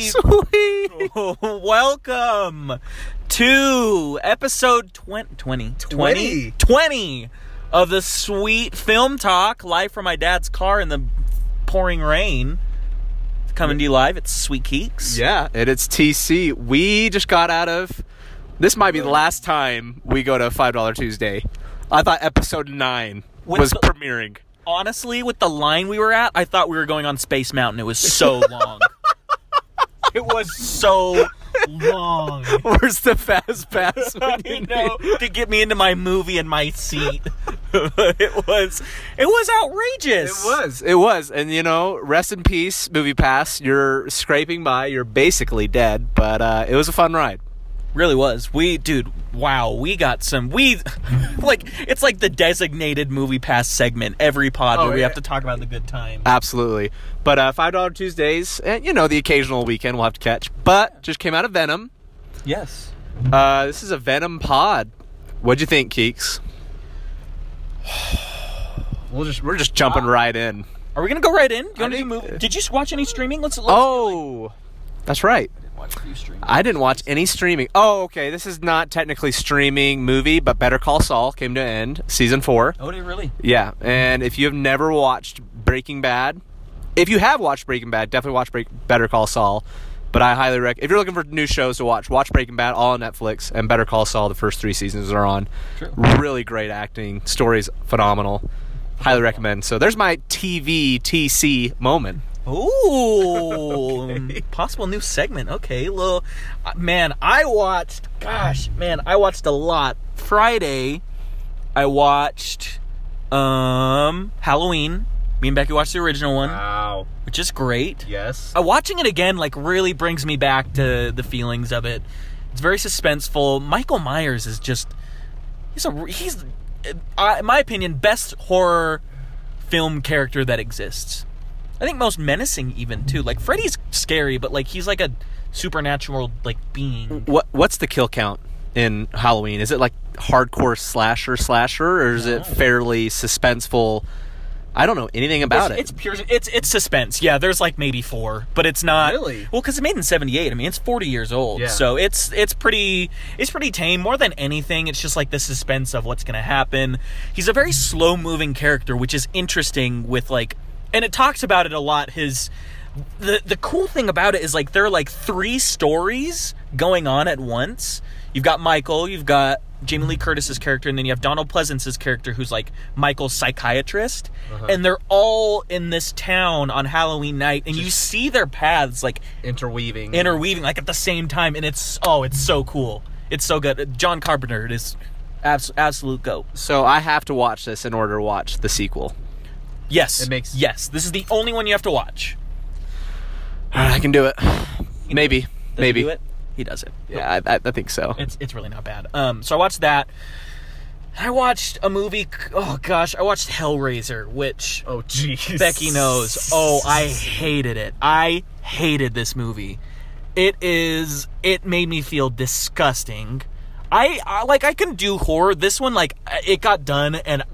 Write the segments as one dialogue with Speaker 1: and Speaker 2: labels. Speaker 1: Sweet!
Speaker 2: Sweet.
Speaker 1: Welcome to episode 20, 20, 20, 20 of the Sweet Film Talk, live from my dad's car in the pouring rain. It's Coming to you live, it's Sweet Keeks.
Speaker 2: Yeah, and it's TC. We just got out of. This might be the last time we go to Five Dollar Tuesday. I thought episode nine
Speaker 1: With
Speaker 2: was
Speaker 1: the-
Speaker 2: premiering.
Speaker 1: Honestly, with the line we were at, I thought we were going on Space Mountain. It was so long. it was so long.
Speaker 2: Where's the fast pass?
Speaker 1: I
Speaker 2: we need?
Speaker 1: know, to get me into my movie and my seat. it was it was
Speaker 2: It
Speaker 1: outrageous.
Speaker 2: was. It was. And you know, rest in peace, Movie Pass. You're scraping by. You're basically dead, but uh, it was a fun ride.
Speaker 1: Really was. We dude, wow, we got some we like it's like the designated movie pass segment every pod
Speaker 2: Oh,
Speaker 1: where we
Speaker 2: yeah.
Speaker 1: have to talk about the good time.
Speaker 2: Absolutely. But uh, five dollar Tuesdays, and you know, the occasional weekend we'll have to catch. But just came out of Venom.
Speaker 1: yes.
Speaker 2: Uh, this is a Venom pod. What'd you think, Keeks? We'll just we're just jumping right in.
Speaker 1: Are we gonna go right in? You wanna do
Speaker 2: think-
Speaker 1: movie? Did you watch any streaming? Let's let's
Speaker 2: Oh, that's right.
Speaker 1: watch you streaming.
Speaker 2: I didn't watch any streaming. Oh, okay. This is not technically streaming movie, but Better Call Saul came to end season four.
Speaker 1: Oh, did it really?
Speaker 2: Yeah, and if you have never watched Breaking Bad, if you have watched Breaking Bad, definitely watch Break- Better Call Saul. But I highly recommend if you're looking for new shows to watch, watch Breaking Bad all on Netflix and Better Call Saul. The first three seasons are on.
Speaker 1: True.
Speaker 2: Really great acting, stories phenomenal. Highly recommend. So there's my TV TC moment.
Speaker 1: Ooh, possible new segment. Okay, little uh, man. I watched. Gosh, man, I watched a lot. Friday, I watched um Halloween. Me and Becky watched the original one,
Speaker 2: Wow.
Speaker 1: which is great.
Speaker 2: Yes.
Speaker 1: Uh, watching it again like really brings me back to the feelings of it. It's very suspenseful. Michael Myers is just he's a he's uh, I- in my opinion best horror film character that exists. I think most menacing even too. Like Freddy's scary, but like he's like a supernatural like being.
Speaker 2: What What's the kill count in Halloween? Is it like hardcore slasher slasher, or is it fairly suspenseful? I don't know anything about
Speaker 1: it's,
Speaker 2: it.
Speaker 1: It's pure. It's it's suspense. Yeah, there's like maybe four, but it's not
Speaker 2: Really?
Speaker 1: well because it made in '78. I mean, it's 40 years old,
Speaker 2: Yeah.
Speaker 1: so it's it's pretty it's pretty tame. More than anything, it's just like the suspense of what's gonna happen. He's a very slow moving character, which is interesting. With like, and it talks about it a lot. His the the cool thing about it is like there are like three stories going on at once. You've got Michael, you've got Jamie Lee Curtis's character, and then you have Donald Pleasance's character, who's like Michael's psychiatrist,
Speaker 2: Uh-huh.
Speaker 1: and they're all in this town on Halloween night, and you see their paths like
Speaker 2: interweaving.
Speaker 1: interweaving like at the same time, and it's oh, it's so cool, it's so good. John Carpenter is abs- absolute goat.
Speaker 2: So I have to watch this in order to watch the sequel.
Speaker 1: Yes,
Speaker 2: It makes-
Speaker 1: yes. This is the only one you have to watch.
Speaker 2: I can do it. Maybe.
Speaker 1: Does he
Speaker 2: Maybe.
Speaker 1: do it? he does it.
Speaker 2: Yeah, I, I, I think so.
Speaker 1: It's it's really not bad. Um, so I watched that. I watched a movie. Oh gosh, I watched Hellraiser, which
Speaker 2: Oh, jeez.
Speaker 1: Becky knows. Oh, I hated it. I hated this movie. It is. It made me feel disgusting. I, I like. I can do horror. This one, like, it got done, and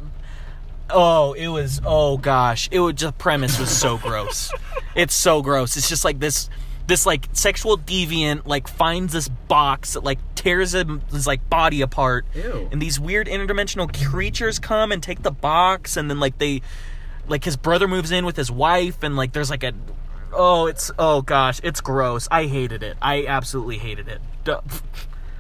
Speaker 1: oh, it was. Oh gosh, it was. The premise was so gross. It's so gross. It's just like this. This like sexual deviant like finds this box that like tears him, his like body apart,
Speaker 2: Ew.
Speaker 1: and these weird interdimensional creatures come and take the box, and then like they like his brother moves in with his wife and like there's like a oh it's oh gosh it's gross i hated it i absolutely hated it D-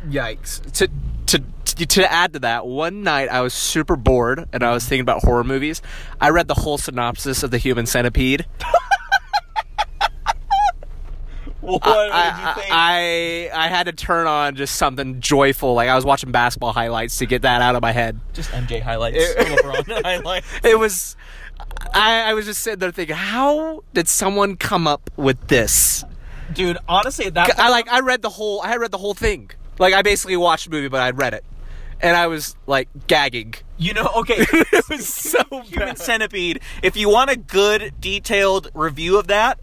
Speaker 2: Yikes. To, to, to, to add to that, one night I was super bored and I was thinking about horror movies. I read the whole synopsis of The Human Centipede.
Speaker 1: what
Speaker 2: I, I, I, I had to turn on just something joyful. Like I was watching basketball highlights to get that out of my head.
Speaker 1: just mj highlights lebron highlights
Speaker 2: It was. I, I was just sitting there thinking, how did someone come up with this?
Speaker 1: dude honestly that
Speaker 2: I like I read the whole I read the whole thing. Like I basically watched the movie, but I read it, and I was like gagging.
Speaker 1: you know okay
Speaker 2: It was so
Speaker 1: human
Speaker 2: bad.
Speaker 1: centipede if you want a good detailed review of that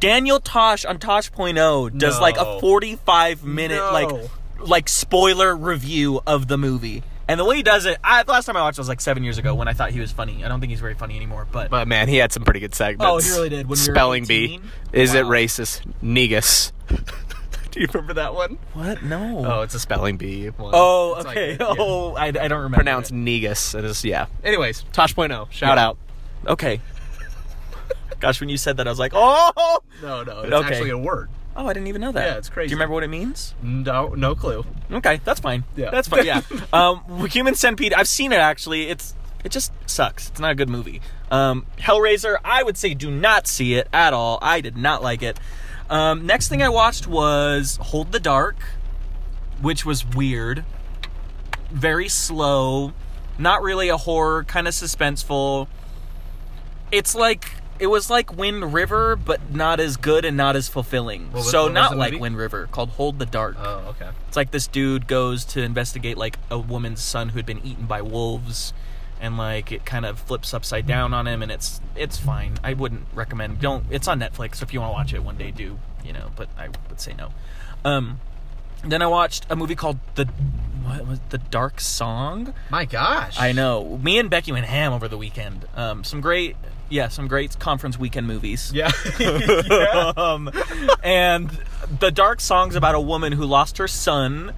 Speaker 1: daniel tosh on tosh.0 does like
Speaker 2: No.
Speaker 1: a 45 minute
Speaker 2: No.
Speaker 1: like like spoiler review of the movie And the way he does it, I, the last time I watched it was like seven years ago when I thought he was funny. I don't think he's very funny anymore, but,
Speaker 2: But man, he had some pretty good segments.
Speaker 1: Oh, he really did. When we were
Speaker 2: Spelling bee.
Speaker 1: 18?
Speaker 2: Is it
Speaker 1: Wow.
Speaker 2: racist? Negus. Do you remember that one?
Speaker 1: what? No.
Speaker 2: Oh, it's a spelling bee. One.
Speaker 1: Oh,
Speaker 2: It's like-
Speaker 1: okay.
Speaker 2: yeah.
Speaker 1: Oh, I, I don't remember.
Speaker 2: Pronounced
Speaker 1: it.
Speaker 2: Negus. It is yeah. Anyways, Tosh.0. Shout
Speaker 1: Yeah.
Speaker 2: out.
Speaker 1: Okay. Gosh, when you said that, I was like, oh,
Speaker 2: No, no,
Speaker 1: it's Okay. actually a
Speaker 2: word.
Speaker 1: oh, I didn't even know that.
Speaker 2: Yeah, it's crazy.
Speaker 1: Do you remember what it means?
Speaker 2: No, no clue.
Speaker 1: Okay, that's fine.
Speaker 2: Yeah.
Speaker 1: that's fine. Yeah. um, Human Centipede. I've seen it actually. It's it just sucks. It's not a good movie. Um, Hellraiser. I would say do not see it at all. I did not like it. Um, next thing I watched was Hold the Dark, which was weird, very slow, not really a horror, kind of suspenseful. It's like it was like Wind River, but not as good and not as fulfilling.
Speaker 2: What was-
Speaker 1: so
Speaker 2: what was
Speaker 1: not
Speaker 2: the
Speaker 1: like
Speaker 2: movie?
Speaker 1: Wind River, called Hold the Dark.
Speaker 2: Oh, okay.
Speaker 1: It's like this dude goes to investigate like a woman's son who had been eaten by wolves and like it kind of flips upside down on him and it's it's fine. I wouldn't recommend don't it's on Netflix so if you want to watch it one day do, you know, but I would say no. Um then I watched a movie called The what was it? The Dark Song?
Speaker 2: My gosh.
Speaker 1: I know. Me and Becky went ham over the weekend. Um some great yeah, some great conference weekend movies.
Speaker 2: Yeah.
Speaker 1: um, and the dark song's about a woman who lost her son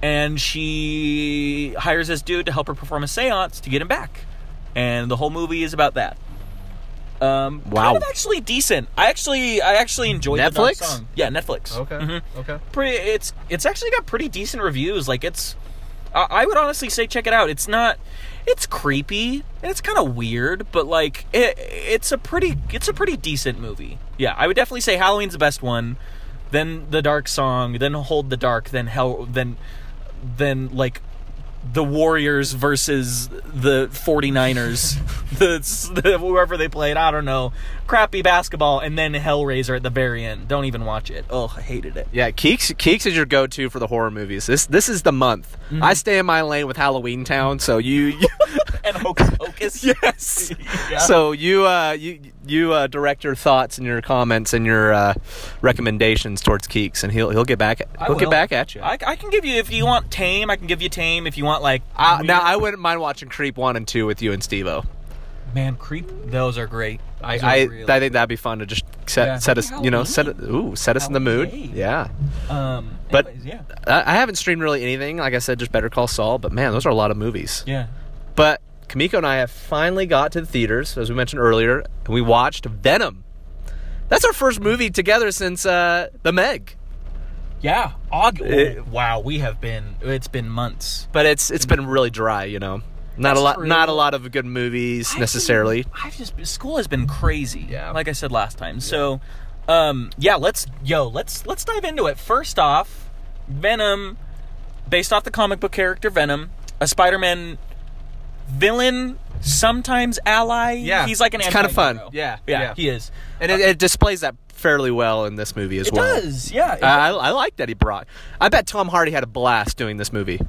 Speaker 1: and she hires this dude to help her perform a seance to get him back and the whole movie is about that um
Speaker 2: Wow.
Speaker 1: kind of actually decent i actually i actually enjoyed the dark
Speaker 2: Netflix?
Speaker 1: song yeah netflix Mhm.
Speaker 2: Okay.
Speaker 1: pretty it's it's actually got pretty decent reviews like it's I, I would honestly say check it out it's not it's creepy and it's kind of weird but like it it's a pretty it's a pretty decent movie yeah i would definitely say halloween's the best one then the dark song then hold the dark then hell then then like the warriors versus the 49ers the, the whoever they played i don't know crappy basketball and then hellraiser at the very end don't even watch it oh i hated it
Speaker 2: Yeah, Keeks Keeks is your go-to for the horror movies. This this is the month.
Speaker 1: Mm-hmm.
Speaker 2: I stay in my lane with Halloween Town, so you, you
Speaker 1: and Hocus Pocus.
Speaker 2: yes.
Speaker 1: Yeah.
Speaker 2: So you uh you you uh, direct your thoughts and your comments and your uh, recommendations towards Keeks, and he'll he'll get back
Speaker 1: I
Speaker 2: he'll get
Speaker 1: will.
Speaker 2: back at you.
Speaker 1: I, I can give you if you want tame. I can give you tame. If you want like
Speaker 2: I,
Speaker 1: weird-
Speaker 2: Uh, now I wouldn't mind watching Creep one and two with you and Stevo.
Speaker 1: man creep. Those are great.
Speaker 2: I
Speaker 1: Those are
Speaker 2: I,
Speaker 1: really-
Speaker 2: I think that'd be fun to just set
Speaker 1: Yeah.
Speaker 2: set us you know set it ooh set us in the mood.
Speaker 1: Halloween.
Speaker 2: Yeah.
Speaker 1: um.
Speaker 2: but-
Speaker 1: anyways, yeah,
Speaker 2: I I haven't streamed really anything. Like I said, just Better Call Saul. But man, those are a lot of movies.
Speaker 1: yeah.
Speaker 2: But Kamiko and I have finally got to the theaters, as we mentioned earlier, and we watched Venom. That's our first movie together since uh, The Meg.
Speaker 1: Yeah, August.
Speaker 2: It-
Speaker 1: wow, we have been. It's been months.
Speaker 2: But it's it's been really dry, you know. Not a lot,
Speaker 1: true.
Speaker 2: not a lot of good movies
Speaker 1: I've
Speaker 2: necessarily.
Speaker 1: been- I've just school has been crazy.
Speaker 2: Yeah.
Speaker 1: Like I said last time. So, um, yeah, let's yo, let's let's dive into it. First off, Venom, based off the comic book character Venom, a Spider-Man villain, sometimes ally.
Speaker 2: Yeah.
Speaker 1: he's like an.
Speaker 2: It's kinda fun.
Speaker 1: anti-hero.
Speaker 2: Yeah,
Speaker 1: yeah,
Speaker 2: yeah.
Speaker 1: he is.
Speaker 2: and it, it displays that fairly well in this movie as
Speaker 1: It
Speaker 2: well.
Speaker 1: does. Yeah, it-
Speaker 2: I, I like that he brought. I bet Tom Hardy had a blast doing this movie.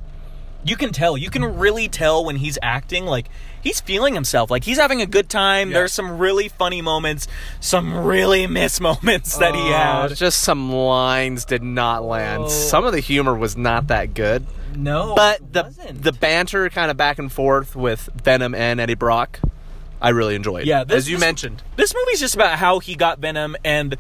Speaker 1: you can tell. You can really tell when he's acting. Like he's feeling himself. Like he's having a good time.
Speaker 2: Yeah.
Speaker 1: There's some really funny moments, some really miss moments that he had.
Speaker 2: Just some lines did not land.
Speaker 1: Oh.
Speaker 2: Some of the humor was not that good.
Speaker 1: No,
Speaker 2: But
Speaker 1: it
Speaker 2: the
Speaker 1: wasn't.
Speaker 2: the banter kind of back and forth with Venom and Eddie Brock, I really enjoyed.
Speaker 1: Yeah, this-
Speaker 2: as you
Speaker 1: this-
Speaker 2: mentioned.
Speaker 1: this movie's just about how he got Venom and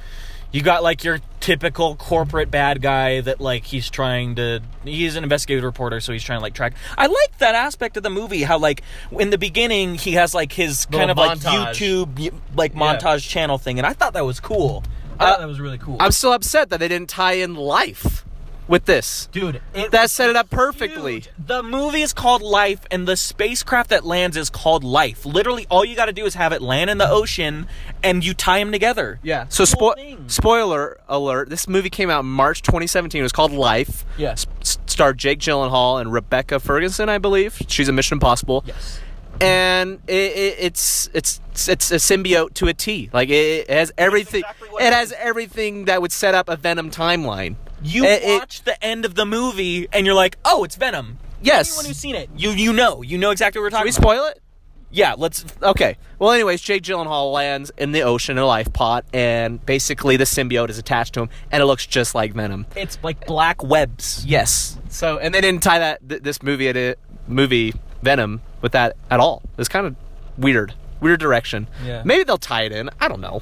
Speaker 1: you got like your typical corporate bad guy that like he's trying to he's an investigative reporter so he's trying to like track I like that aspect of the movie how like in the beginning he has like his kind of like
Speaker 2: montage.
Speaker 1: YouTube like montage channel thing and I thought that was cool. Uh, I thought that was really cool.
Speaker 2: I'm still upset that they didn't tie in life with this.
Speaker 1: Dude, it
Speaker 2: That set it up perfectly.
Speaker 1: Dude, the movie is called Life, and the spacecraft that lands is called Life. Literally, all you got to do is have it land in the ocean, and you tie them together. Cool
Speaker 2: So spo-
Speaker 1: thing.
Speaker 2: spoiler alert: This movie came out in March 2017. It was called Life.
Speaker 1: Yeah.
Speaker 2: S- s- starred Jake Gyllenhaal and Rebecca Ferguson, I believe. She's a Mission Impossible.
Speaker 1: Yes.
Speaker 2: and it, it, it's it's it's a symbiote to a T. Like it, it has everything.
Speaker 1: exactly what
Speaker 2: it
Speaker 1: it
Speaker 2: has everything that would set up a Venom timeline.
Speaker 1: You
Speaker 2: It- it-
Speaker 1: watch the end of the movie, and you're like, "Oh, it's Venom."
Speaker 2: Yes.
Speaker 1: Anyone who's seen it, you you know, you know exactly what we're
Speaker 2: Can
Speaker 1: talking
Speaker 2: we spoil it?
Speaker 1: about. Yeah, let's.
Speaker 2: Okay. Well, anyways, Jake Gyllenhaal lands in the ocean in a life pod, and basically the symbiote is attached to him, and it looks just like Venom.
Speaker 1: It's like black webs.
Speaker 2: Yes. So, and they didn't tie that th- this movie to movie Venom with that at all. It's kind of weird, weird direction.
Speaker 1: Yeah.
Speaker 2: Maybe they'll tie it in. I don't know.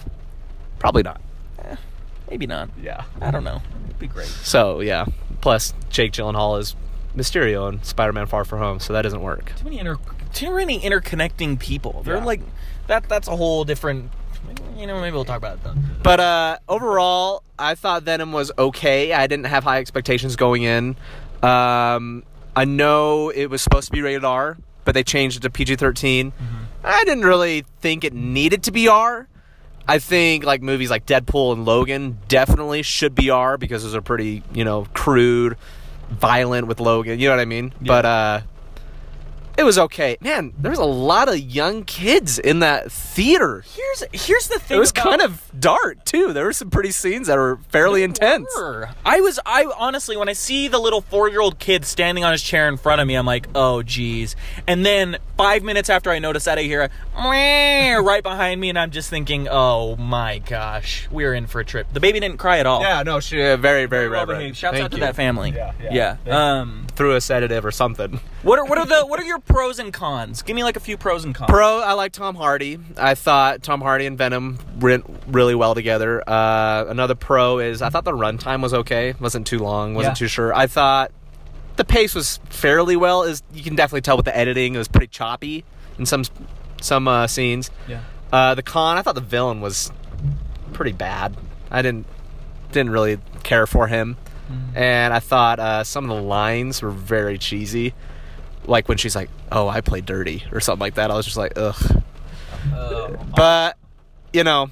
Speaker 2: Probably not.
Speaker 1: Maybe not.
Speaker 2: Yeah.
Speaker 1: I don't know. It'd be great.
Speaker 2: So yeah. Plus Jake Gyllenhaal is Mysterio and Spider-Man: Far From Home, so that doesn't work.
Speaker 1: Too many inter too many interconnecting people. They're
Speaker 2: Yeah.
Speaker 1: like that. That's a whole different. You know, maybe we'll talk about it then.
Speaker 2: But uh, overall, I thought Venom was okay. I didn't have high expectations going in. Um, I know it was supposed to be rated R, but they changed it to PG 13. I didn't really think it needed to be R. I think like movies like Deadpool and Logan definitely should be R because those are pretty, you know, crude, violent with Logan. You know what I mean? But uh, it was okay. Man, there was a lot of young kids in that theater
Speaker 1: Here's here's the thing.
Speaker 2: it was
Speaker 1: about-
Speaker 2: kind of dark too. There were some pretty scenes that were fairly intense.
Speaker 1: Sure. I was I honestly when I see the little 4-year-old kid standing on his chair in front of me I'm like, "Oh geez." And then 5 minutes after I notice that I hear a "Meow" right behind me and I'm just thinking, "Oh my gosh, we're in for a trip." The baby didn't cry at all.
Speaker 2: Yeah, no, she uh, very, very
Speaker 1: Well
Speaker 2: reverent.
Speaker 1: behaved. Shouts
Speaker 2: Thank
Speaker 1: out to
Speaker 2: you.
Speaker 1: that family.
Speaker 2: Yeah, yeah. Thank
Speaker 1: Um
Speaker 2: Through a sedative or something.
Speaker 1: what are what are the what are your pros and cons? Give me like a few pros and cons.
Speaker 2: Pro, I like Tom Hardy. I thought Tom Hardy and Venom went really well together. Uh, another pro is I thought the runtime was okay. wasn't too long. wasn't
Speaker 1: Yeah.
Speaker 2: too sure. I thought the pace was fairly well. Is you can definitely tell with the editing. It was pretty choppy in some some uh, scenes.
Speaker 1: yeah.
Speaker 2: Uh, the con, I thought the villain was pretty bad. I didn't didn't really care for him, and I thought uh, some of the lines were very cheesy. Like when she's like, "Oh, I play dirty" or something like that. I was just like, "Ugh." Uh, But you know,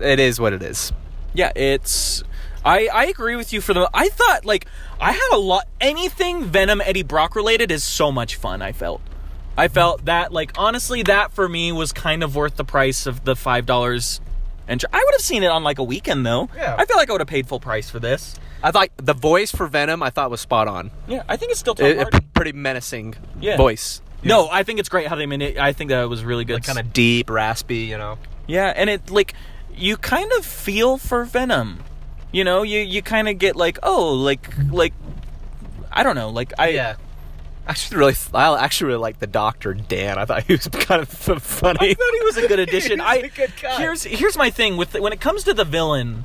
Speaker 2: it is what it is.
Speaker 1: Yeah, it's. I I agree with you for the. I thought like I had a lot. Anything Venom Eddie Brock related is so much fun. I felt. I felt that like honestly that for me was kind of worth the price of the five dollars. And I would have seen it on like a weekend though.
Speaker 2: Yeah.
Speaker 1: I feel like I would have paid full price for this.
Speaker 2: I thought the voice for Venom, I thought was spot on.
Speaker 1: Yeah, I think it's still Tom
Speaker 2: It,
Speaker 1: Hardy.
Speaker 2: it, pretty menacing
Speaker 1: Yeah.
Speaker 2: voice,
Speaker 1: No, I think it's great how they made it. I think that it was really good.
Speaker 2: kind of deep, raspy. You know,
Speaker 1: Yeah, and it like you kind of feel for Venom. You know, you you kind of get like, oh, like like I don't know, like I
Speaker 2: I actually really, I actually really like the Doctor Dan. I thought he was kind of f- funny.
Speaker 1: I thought he was a good addition.
Speaker 2: He's
Speaker 1: I
Speaker 2: a good guy.
Speaker 1: here's here's my thing with when it comes to the villain.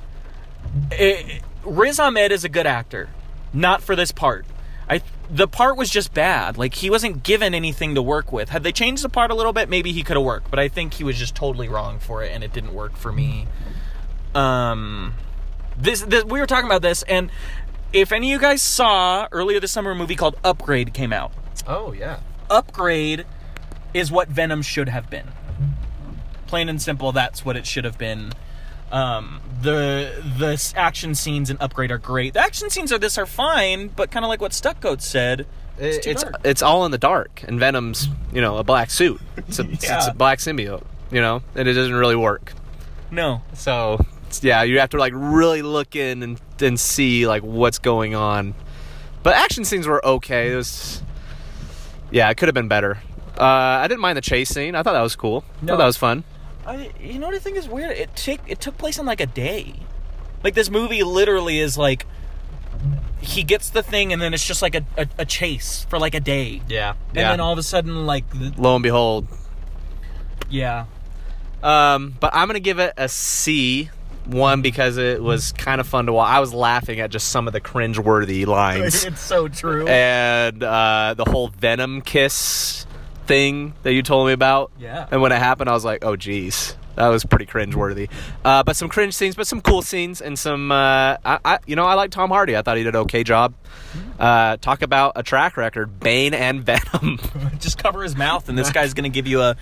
Speaker 1: eh, Riz Ahmed is a good actor, not for this part. I the part was just bad. Like he wasn't given anything to work with. Had they changed the part a little bit, maybe he could have worked. But I think he was just totally wrong for it, and it didn't work for me. Um, this, this we were talking about this, and if any of you guys saw earlier this summer, a movie called Upgrade came out.
Speaker 2: Oh yeah.
Speaker 1: upgrade is what Venom should have been. Plain and simple, that's what it should have been. Um, the the s- action scenes in Upgrade are great. The action scenes of this are fine, but kind of like what Stuckgoat said, it's uh,
Speaker 2: It's
Speaker 1: too
Speaker 2: it's,
Speaker 1: dark.
Speaker 2: all in the dark, and Venom's you know a black suit. It's a, it's- it's
Speaker 1: Yeah.
Speaker 2: a black symbiote, you know, and it doesn't really work.
Speaker 1: no.
Speaker 2: So it's- yeah, you have to like really look in and and see like what's going on. But action scenes were okay. It was yeah, it could have been better. Uh, I didn't mind the chase scene. I thought that was cool. I
Speaker 1: No.
Speaker 2: thought that was fun.
Speaker 1: I you know what I think is weird? It took it took place in like a day. Like this movie literally is like he gets the thing and then it's just like a, a, a chase for like a day.
Speaker 2: Yeah.
Speaker 1: And then all of a sudden like the,
Speaker 2: Lo and behold,
Speaker 1: yeah.
Speaker 2: Um, but I'm gonna give it a C. One because it was kind of fun to watch. I was laughing at just some of the cringe-worthy lines
Speaker 1: so true.
Speaker 2: and uh, the whole venom kiss thing that you told me about.
Speaker 1: Yeah.
Speaker 2: And when it happened, I was like, "Oh, geez, that was pretty cringe-worthy." Uh, but some cringe scenes, but some cool scenes, and some. Uh, I, I, you know, I like Tom Hardy. I thought he did an okay job. Uh, talk about a track record: Bane and Venom.
Speaker 1: Just cover his mouth, and this guy's gonna give you a,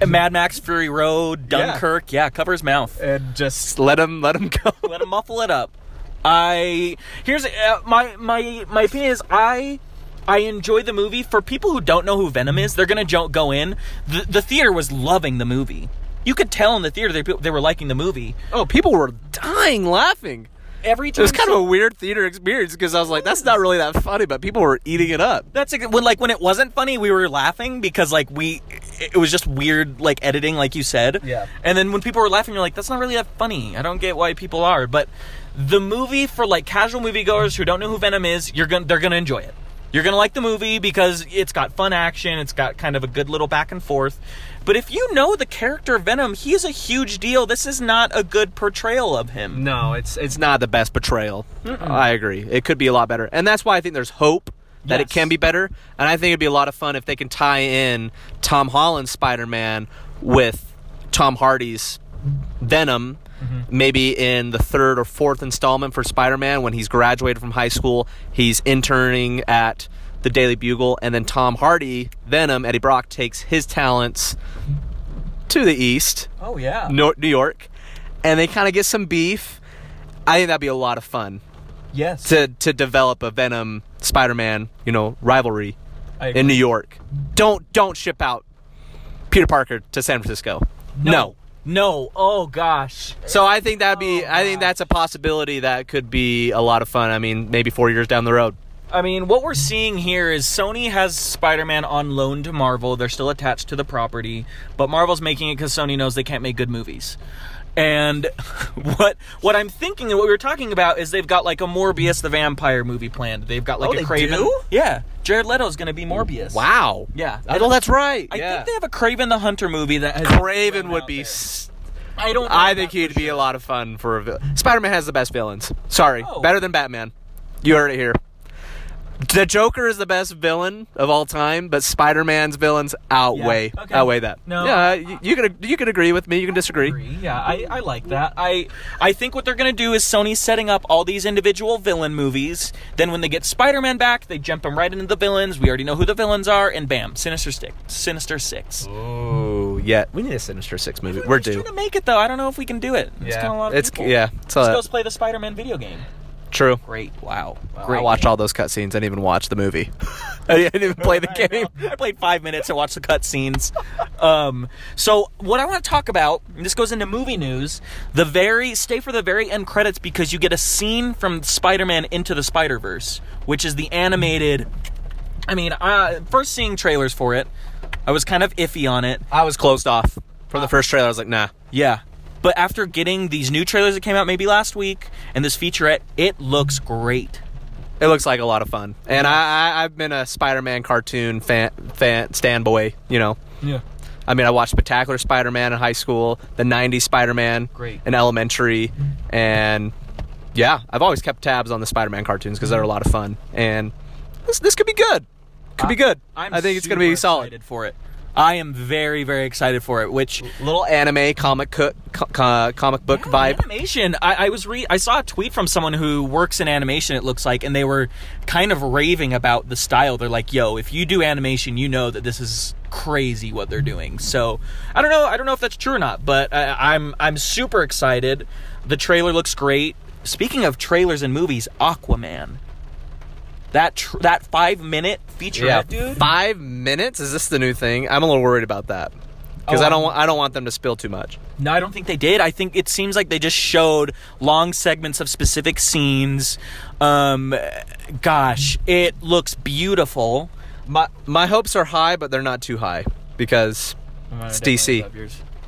Speaker 1: a Mad Max Fury Road, Dunkirk. Yeah, cover his mouth.
Speaker 2: and just let him let him go.
Speaker 1: Let him muffle it up. I here's uh, my my my opinion is I I enjoy the movie. For people who don't know who Venom is, they're gonna jo- go in. The, the theater was loving the movie. You could tell in the theater they they were liking the movie.
Speaker 2: Oh, people were dying laughing.
Speaker 1: Every time
Speaker 2: It was kind of
Speaker 1: some-
Speaker 2: a weird theater experience because I was like, that's not really that funny, but people were eating it up.
Speaker 1: That's a, when like when it wasn't funny, we were laughing because like we it it was just weird like editing, like you said.
Speaker 2: Yeah.
Speaker 1: And then when people were laughing, you're like, that's not really that funny. I don't get why people are, but the movie for like casual moviegoers who don't know who Venom is, you're gonna they're gonna enjoy it. You're going to like the movie because it's got fun action, it's got kind of a good little back and forth. But if you know the character Venom, he is a huge deal. This is not a good portrayal of him.
Speaker 2: No, it's it's not the best portrayal. I agree. It could be a lot better, and that's why I think there's hope that it
Speaker 1: Yes.
Speaker 2: can be better. And I think it'd be a lot of fun if they can tie in Tom Holland's Spider-Man with Tom Hardy's Venom. Maybe in the third or fourth installment for Spider-Man, when he's graduated from high school, he's interning at the Daily Bugle, and then Tom Hardy, Venom, Eddie Brock takes his talents to the east
Speaker 1: Oh, yeah.
Speaker 2: Nor- New York, and they kind of get some beef. I think that'd be a lot of fun
Speaker 1: Yes.
Speaker 2: to to develop a Venom Spider-Man, you know, rivalry
Speaker 1: I agree.
Speaker 2: in New York. Don't don't ship out Peter Parker to San Francisco. No.
Speaker 1: No. Oh, gosh.
Speaker 2: So I think that'd be I think that's a possibility that could be a lot of fun. I mean, maybe 4 years down the road.
Speaker 1: I mean, what we're seeing here is Sony has Spider-Man on loan to Marvel. They're still attached to the property, but Marvel's making it because Sony knows they can't make good movies. And what what I'm thinking and what we were talking about is they've got like a Morbius the vampire movie planned. They've got like
Speaker 2: Oh,
Speaker 1: a
Speaker 2: they
Speaker 1: Craven.
Speaker 2: do?
Speaker 1: Yeah, Jared Leto's going to be Morbius.
Speaker 2: Wow.
Speaker 1: Yeah.
Speaker 2: I know that's right.
Speaker 1: I
Speaker 2: yeah.
Speaker 1: think they have a Craven the Hunter movie that has
Speaker 2: Craven would
Speaker 1: out
Speaker 2: be
Speaker 1: there.
Speaker 2: s-
Speaker 1: I don't. know
Speaker 2: I think
Speaker 1: that-
Speaker 2: he'd be a lot of fun for a vil- Spider-Man has the best villains. Sorry,
Speaker 1: Oh.
Speaker 2: better than Batman. You heard it here. The Joker is the best villain of all time, but Spider-Man's villains outweigh
Speaker 1: Yeah, okay.
Speaker 2: outweigh that.
Speaker 1: No.
Speaker 2: yeah, you, you can you can agree with me. You can disagree.
Speaker 1: agree. Yeah, I, I like that. I I think what they're gonna do is Sony's setting up all these individual villain movies. Then when they get Spider-Man back, they jump him right into the villains. We already know who the villains are, and bam, Sinister Six. Sinister Six.
Speaker 2: Oh yeah, we need a Sinister Six movie. We're
Speaker 1: Everybody's
Speaker 2: due.
Speaker 1: Trying to make it though, I don't know if we can do it. It's kind of a lot of
Speaker 2: it's
Speaker 1: people.
Speaker 2: yeah, it's
Speaker 1: Just
Speaker 2: uh,
Speaker 1: goes play the Spider-Man video game.
Speaker 2: true.
Speaker 1: Great. Wow.
Speaker 2: I watched all those cutscenes. I didn't even watch the movie. I didn't even play the game.
Speaker 1: I played five minutes and watched the cutscenes. Um, so what I want to talk about, and this goes into movie news, the very stay for the very end credits because you get a scene from Spider-Man into the Spider-Verse, which is the animated. I mean, uh, first seeing trailers for it, I was kind of iffy on it.
Speaker 2: I was closed off from the first trailer. I was like, nah.
Speaker 1: Yeah. But after getting these new trailers that came out maybe last week and this featurette, it looks great.
Speaker 2: It looks like a lot of fun, and I, I I've been a Spider-Man cartoon fan fan standboy. You know,
Speaker 1: Yeah.
Speaker 2: I mean, I watched Spectacular Spider-Man in high school, the '90s Spider-Man,
Speaker 1: Great.
Speaker 2: in elementary, and yeah, I've always kept tabs on the Spider-Man cartoons because they're a lot of fun, and this this could be good. Could be good.
Speaker 1: I'm
Speaker 2: I think it's gonna
Speaker 1: super
Speaker 2: be solid.
Speaker 1: excited for it. I am very very excited for it, which
Speaker 2: Little anime comic cook, co- co- comic book
Speaker 1: Yeah,
Speaker 2: vibe.
Speaker 1: Animation. I, I was re- I saw a tweet from someone who works in animation. It looks like, and they were kind of raving about the style. They're like, "Yo, if you do animation, you know that this is crazy what they're doing." So I don't know. I don't know if that's true or not, but I, I'm I'm super excited. The trailer looks great. Speaking of trailers and movies, Aquaman. That tr- that five minute featurette, dude.
Speaker 2: five minutes. Is this the new thing? I'm a little worried about that because I
Speaker 1: Oh.
Speaker 2: don't want I don't want them to spill too much.
Speaker 1: No, I don't think they did. I think it seems like they just showed long segments of specific scenes. Um, gosh, it looks beautiful.
Speaker 2: My my hopes are high, but they're not too high because it's DC.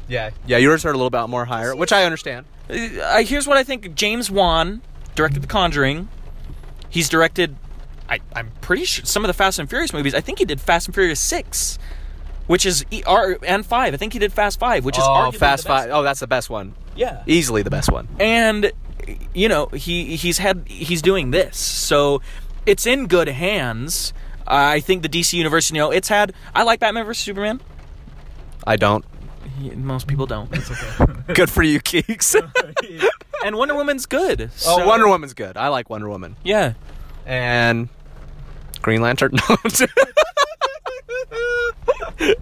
Speaker 2: Yeah, yeah. Yours are a little bit more higher, which I understand.
Speaker 1: Uh, here's what I think: James Wan directed The Conjuring. He's directed, I, I'm pretty sure, some of the Fast and Furious movies. I think he did Fast and Furious Six, which is E- R and Five. I think he did Fast Five, which is
Speaker 2: oh,
Speaker 1: arguably the best-
Speaker 2: Fast Five. Oh, that's the best one.
Speaker 1: Yeah,
Speaker 2: Easily the best one.
Speaker 1: and you know he he's had he's doing this so it's in good hands i think the dc universe you know it's had i like batman vs superman
Speaker 2: I don't.
Speaker 1: Yeah, most people don't
Speaker 2: Good for you, geeks.
Speaker 1: and wonder woman's good
Speaker 2: oh,
Speaker 1: so-
Speaker 2: Wonder Woman's good. I like Wonder Woman.
Speaker 1: yeah
Speaker 2: And Green Lantern. No, I'm just-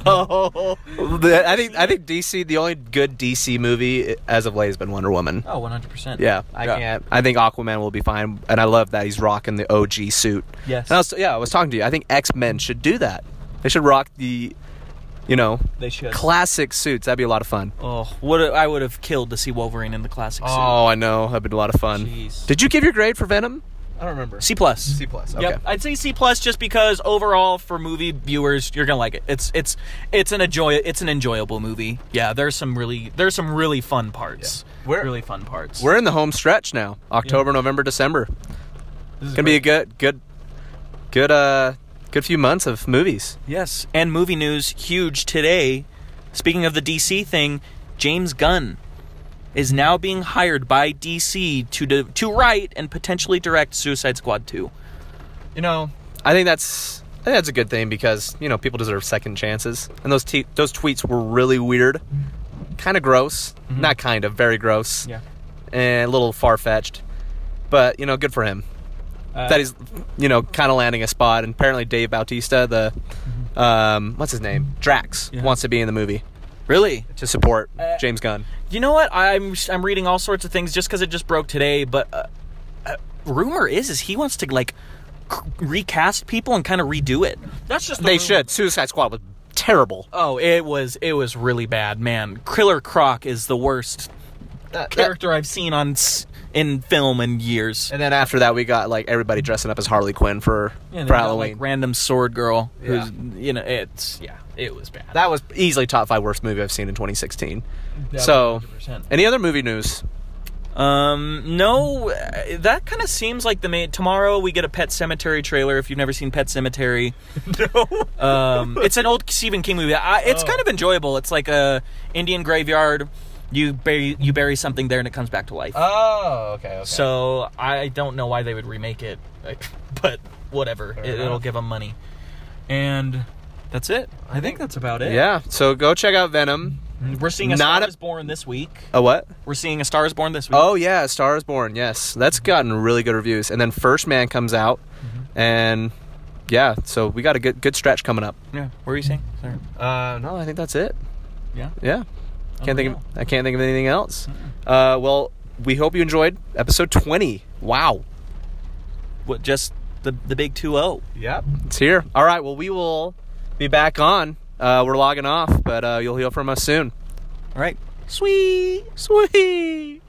Speaker 2: oh, the- I think I think DC. The only good DC movie as of late has been Wonder Woman.
Speaker 1: oh 100%
Speaker 2: Yeah, I
Speaker 1: Yeah.
Speaker 2: can't. I think Aquaman will be fine, and I love that he's rocking the OG suit.
Speaker 1: Yes.
Speaker 2: And I was, yeah, I was talking to you. I think X Men should do that. They should rock the, you know,
Speaker 1: they should
Speaker 2: classic suits. That'd be a lot of fun.
Speaker 1: oh what a- i would have killed to see wolverine in the classic
Speaker 2: Oh, I know. That'd be a lot of fun.
Speaker 1: Jeez.
Speaker 2: Did you give your grade for Venom? I don't remember.
Speaker 1: suit c plus
Speaker 2: C plus. Okay.
Speaker 1: Yep, I'd say C plus just because overall for movie viewers you're gonna like it. It's it's it's an enjoy it's an enjoyable movie. Yeah, there's some really there's some really fun parts.
Speaker 2: Yeah. We're-
Speaker 1: really fun parts.
Speaker 2: We're in the home stretch now. October, November, December. Gonna be a good, good, good uh good few months of movies.
Speaker 1: Yes, and movie news huge today. Speaking of the DC thing, James Gunn is now being hired by DC to di- to write and potentially direct Suicide Squad 2.
Speaker 2: You know, I think that's I think that's a good thing because you know people deserve second chances, and those te- those tweets were really weird, kind of gross, not kind of very gross, and a little far fetched, but you know, good for him
Speaker 1: Uh,
Speaker 2: that he's you know kind of landing a spot. And apparently, Dave Bautista, the um, what's his name, Drax,
Speaker 1: Mm-hmm. Yeah.
Speaker 2: wants to be in the movie
Speaker 1: really
Speaker 2: to support
Speaker 1: Uh,
Speaker 2: James Gunn.
Speaker 1: You know what? I'm I'm reading all sorts of things just because it just broke today. But uh, uh, rumor is is he wants to like c- recast people and kind of redo it. That's just the
Speaker 2: They
Speaker 1: rumor.
Speaker 2: should. Suicide Squad was terrible.
Speaker 1: Oh, it was it was really bad, man. Killer Croc is the worst character I've seen on s- in film in years.
Speaker 2: And then after that, we got like everybody dressing up as Harley Quinn
Speaker 1: And
Speaker 2: for, for
Speaker 1: they got,
Speaker 2: Halloween.
Speaker 1: like random sword girl who's
Speaker 2: Yeah.
Speaker 1: you know it's yeah it was bad.
Speaker 2: that was easily top five worst movie I've seen in 2016. so,
Speaker 1: 100%.
Speaker 2: any other movie news?
Speaker 1: Um, no, uh, that kind of seems like the main. Tomorrow we get a Pet Cemetery trailer. If you've never seen Pet Cemetery, no. Um, it's an old Stephen King movie. I, it's
Speaker 2: Oh.
Speaker 1: kind of enjoyable. It's like a Indian graveyard. You bury you bury something there and it comes back to life.
Speaker 2: Oh, okay. okay.
Speaker 1: so I don't know why they would remake it, like, but whatever. It, it'll
Speaker 2: enough.
Speaker 1: give them money, and that's it. I think,
Speaker 2: think-
Speaker 1: that's about it.
Speaker 2: yeah, so go check out Venom.
Speaker 1: we're seeing a
Speaker 2: Not
Speaker 1: Star
Speaker 2: a-
Speaker 1: is Born this week.
Speaker 2: A what?
Speaker 1: We're seeing a Star is Born this week.
Speaker 2: Oh yeah, A Star is Born. Yes, that's gotten really good reviews. And then First Man comes out, Mm-hmm. and yeah, so we got a good good stretch coming up.
Speaker 1: yeah. What were you saying? Sorry.
Speaker 2: Uh, no, I think that's it. Oh,
Speaker 1: Yeah.
Speaker 2: Yeah, can't think of,
Speaker 1: Unreal.
Speaker 2: I can't think of anything else. Uh, well, we hope you enjoyed episode twenty. Wow,
Speaker 1: what just the the big two oh. zero.
Speaker 2: yep, it's here. All right, well we will be back on. Uh, we're logging off, but uh, you'll hear from us soon.
Speaker 1: All right.
Speaker 2: Sweet, sweet.